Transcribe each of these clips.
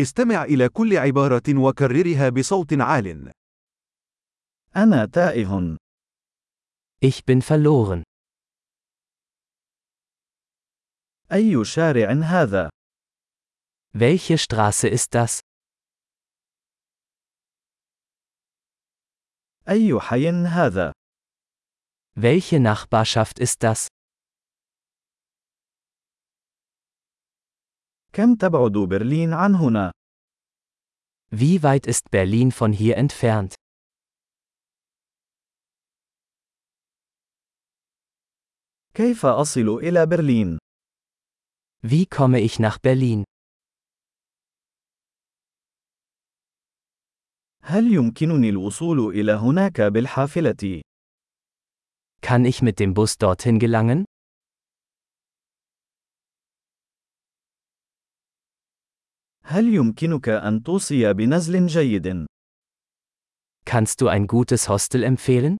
استمع إلى كل عبارة وكررها بصوت عال. أنا تائه. Ich bin verloren. أي شارع هذا؟ Welche Straße ist das? أي حي هذا؟ Welche Nachbarschaft ist das? كم تبعد برلين عن هنا؟ Wie weit ist Berlin von hier entfernt? كيف أصل إلى برلين؟ Wie komme ich nach Berlin? هل يمكنني الوصول إلى هناك بالحافلة؟ Kann ich mit dem Bus dorthin gelangen? هل يمكنك أن توصي بنزل جيد؟ Kannst du ein gutes Hostel empfehlen?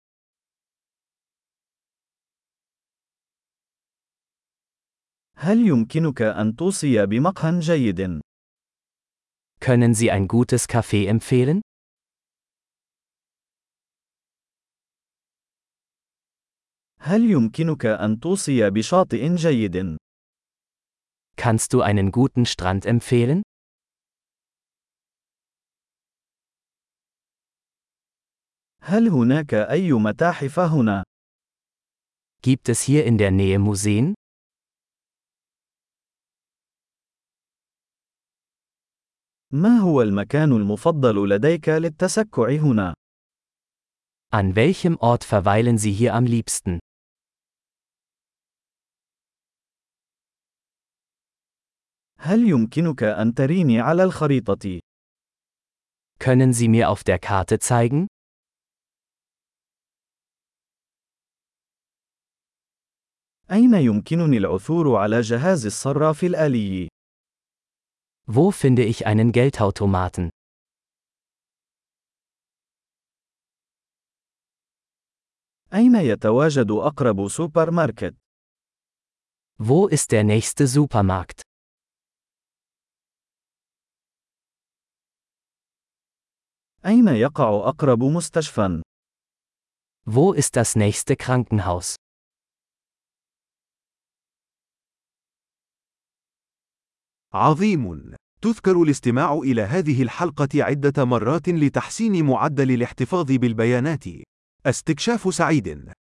هل يمكنك أن توصي بمقهى جيد؟ Können Sie ein gutes Café empfehlen? هل يمكنك أن توصي بشاطئ جيد؟ Kannst du einen guten Strand empfehlen? هل هناك أي متاحف هنا؟ Gibt es hier in der Nähe Museen? ما هو المكان المفضل لديك للتسكع هنا؟ An welchem Ort verweilen Sie hier am liebsten? هل يمكنك أن تريني على الخريطة؟ Können Sie mir auf der Karte zeigen? أين يمكنني العثور على جهاز الصراف الآلي؟ Wo finde ich einen Geldautomaten? أين يتواجد أقرب سوبر ماركت؟ Wo ist der nächste Supermarkt? أين يقع أقرب مستشفى؟ Wo ist das nächste Krankenhaus? عظيم. تذكر الاستماع إلى هذه الحلقة عدة مرات لتحسين معدل الاحتفاظ بالبيانات. استكشاف سعيد.